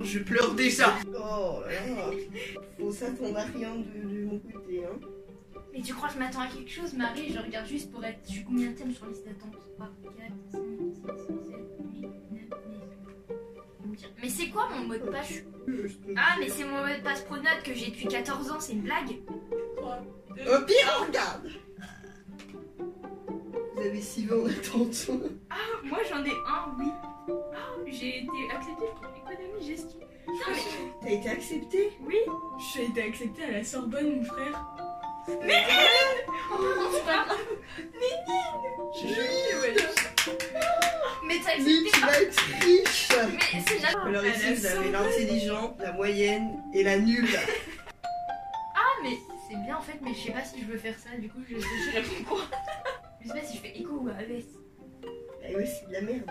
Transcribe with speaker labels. Speaker 1: je pleure déjà.
Speaker 2: Oh là là. Faut s'attendre à rien hein, de, de mon côté. Hein.
Speaker 3: Mais tu crois que je m'attends à quelque chose, Marie Je regarde juste pour être. Je suis combien de thèmes sur liste d'attente 3, 4, 5, 6, 7, 8, 9, 10. Mais c'est quoi mon mot de passe
Speaker 2: Je- je te-
Speaker 3: Ah, mais c'est mon mot de passe pronote que j'ai depuis 14 ans, c'est une blague
Speaker 4: euh,
Speaker 2: Au Oh, pire, on regarde. Vous avez Sylvain en attente.
Speaker 3: Moi j'en ai un, oui. Ah, j'ai été acceptée pour économie gestion. Non, mais-
Speaker 2: T'as été accepté
Speaker 3: Oui
Speaker 4: J'ai été acceptée à la Sorbonne, mon frère.
Speaker 3: c'est pas grave. Mais t'as
Speaker 2: Mais
Speaker 3: accepté
Speaker 2: tu vas être riche
Speaker 3: Mais c'est jamais.
Speaker 2: Alors
Speaker 4: Ah, Elle
Speaker 2: ici,
Speaker 4: a
Speaker 2: vous
Speaker 4: sauvé.
Speaker 2: avez l'intelligent, la moyenne et la nulle.
Speaker 3: Ah, mais c'est bien en fait, mais je sais pas si je veux faire ça, du coup je je sais pas pourquoi. Je sais pas si je fais écho ou AES.
Speaker 2: Bah ouais, c'est de la merde.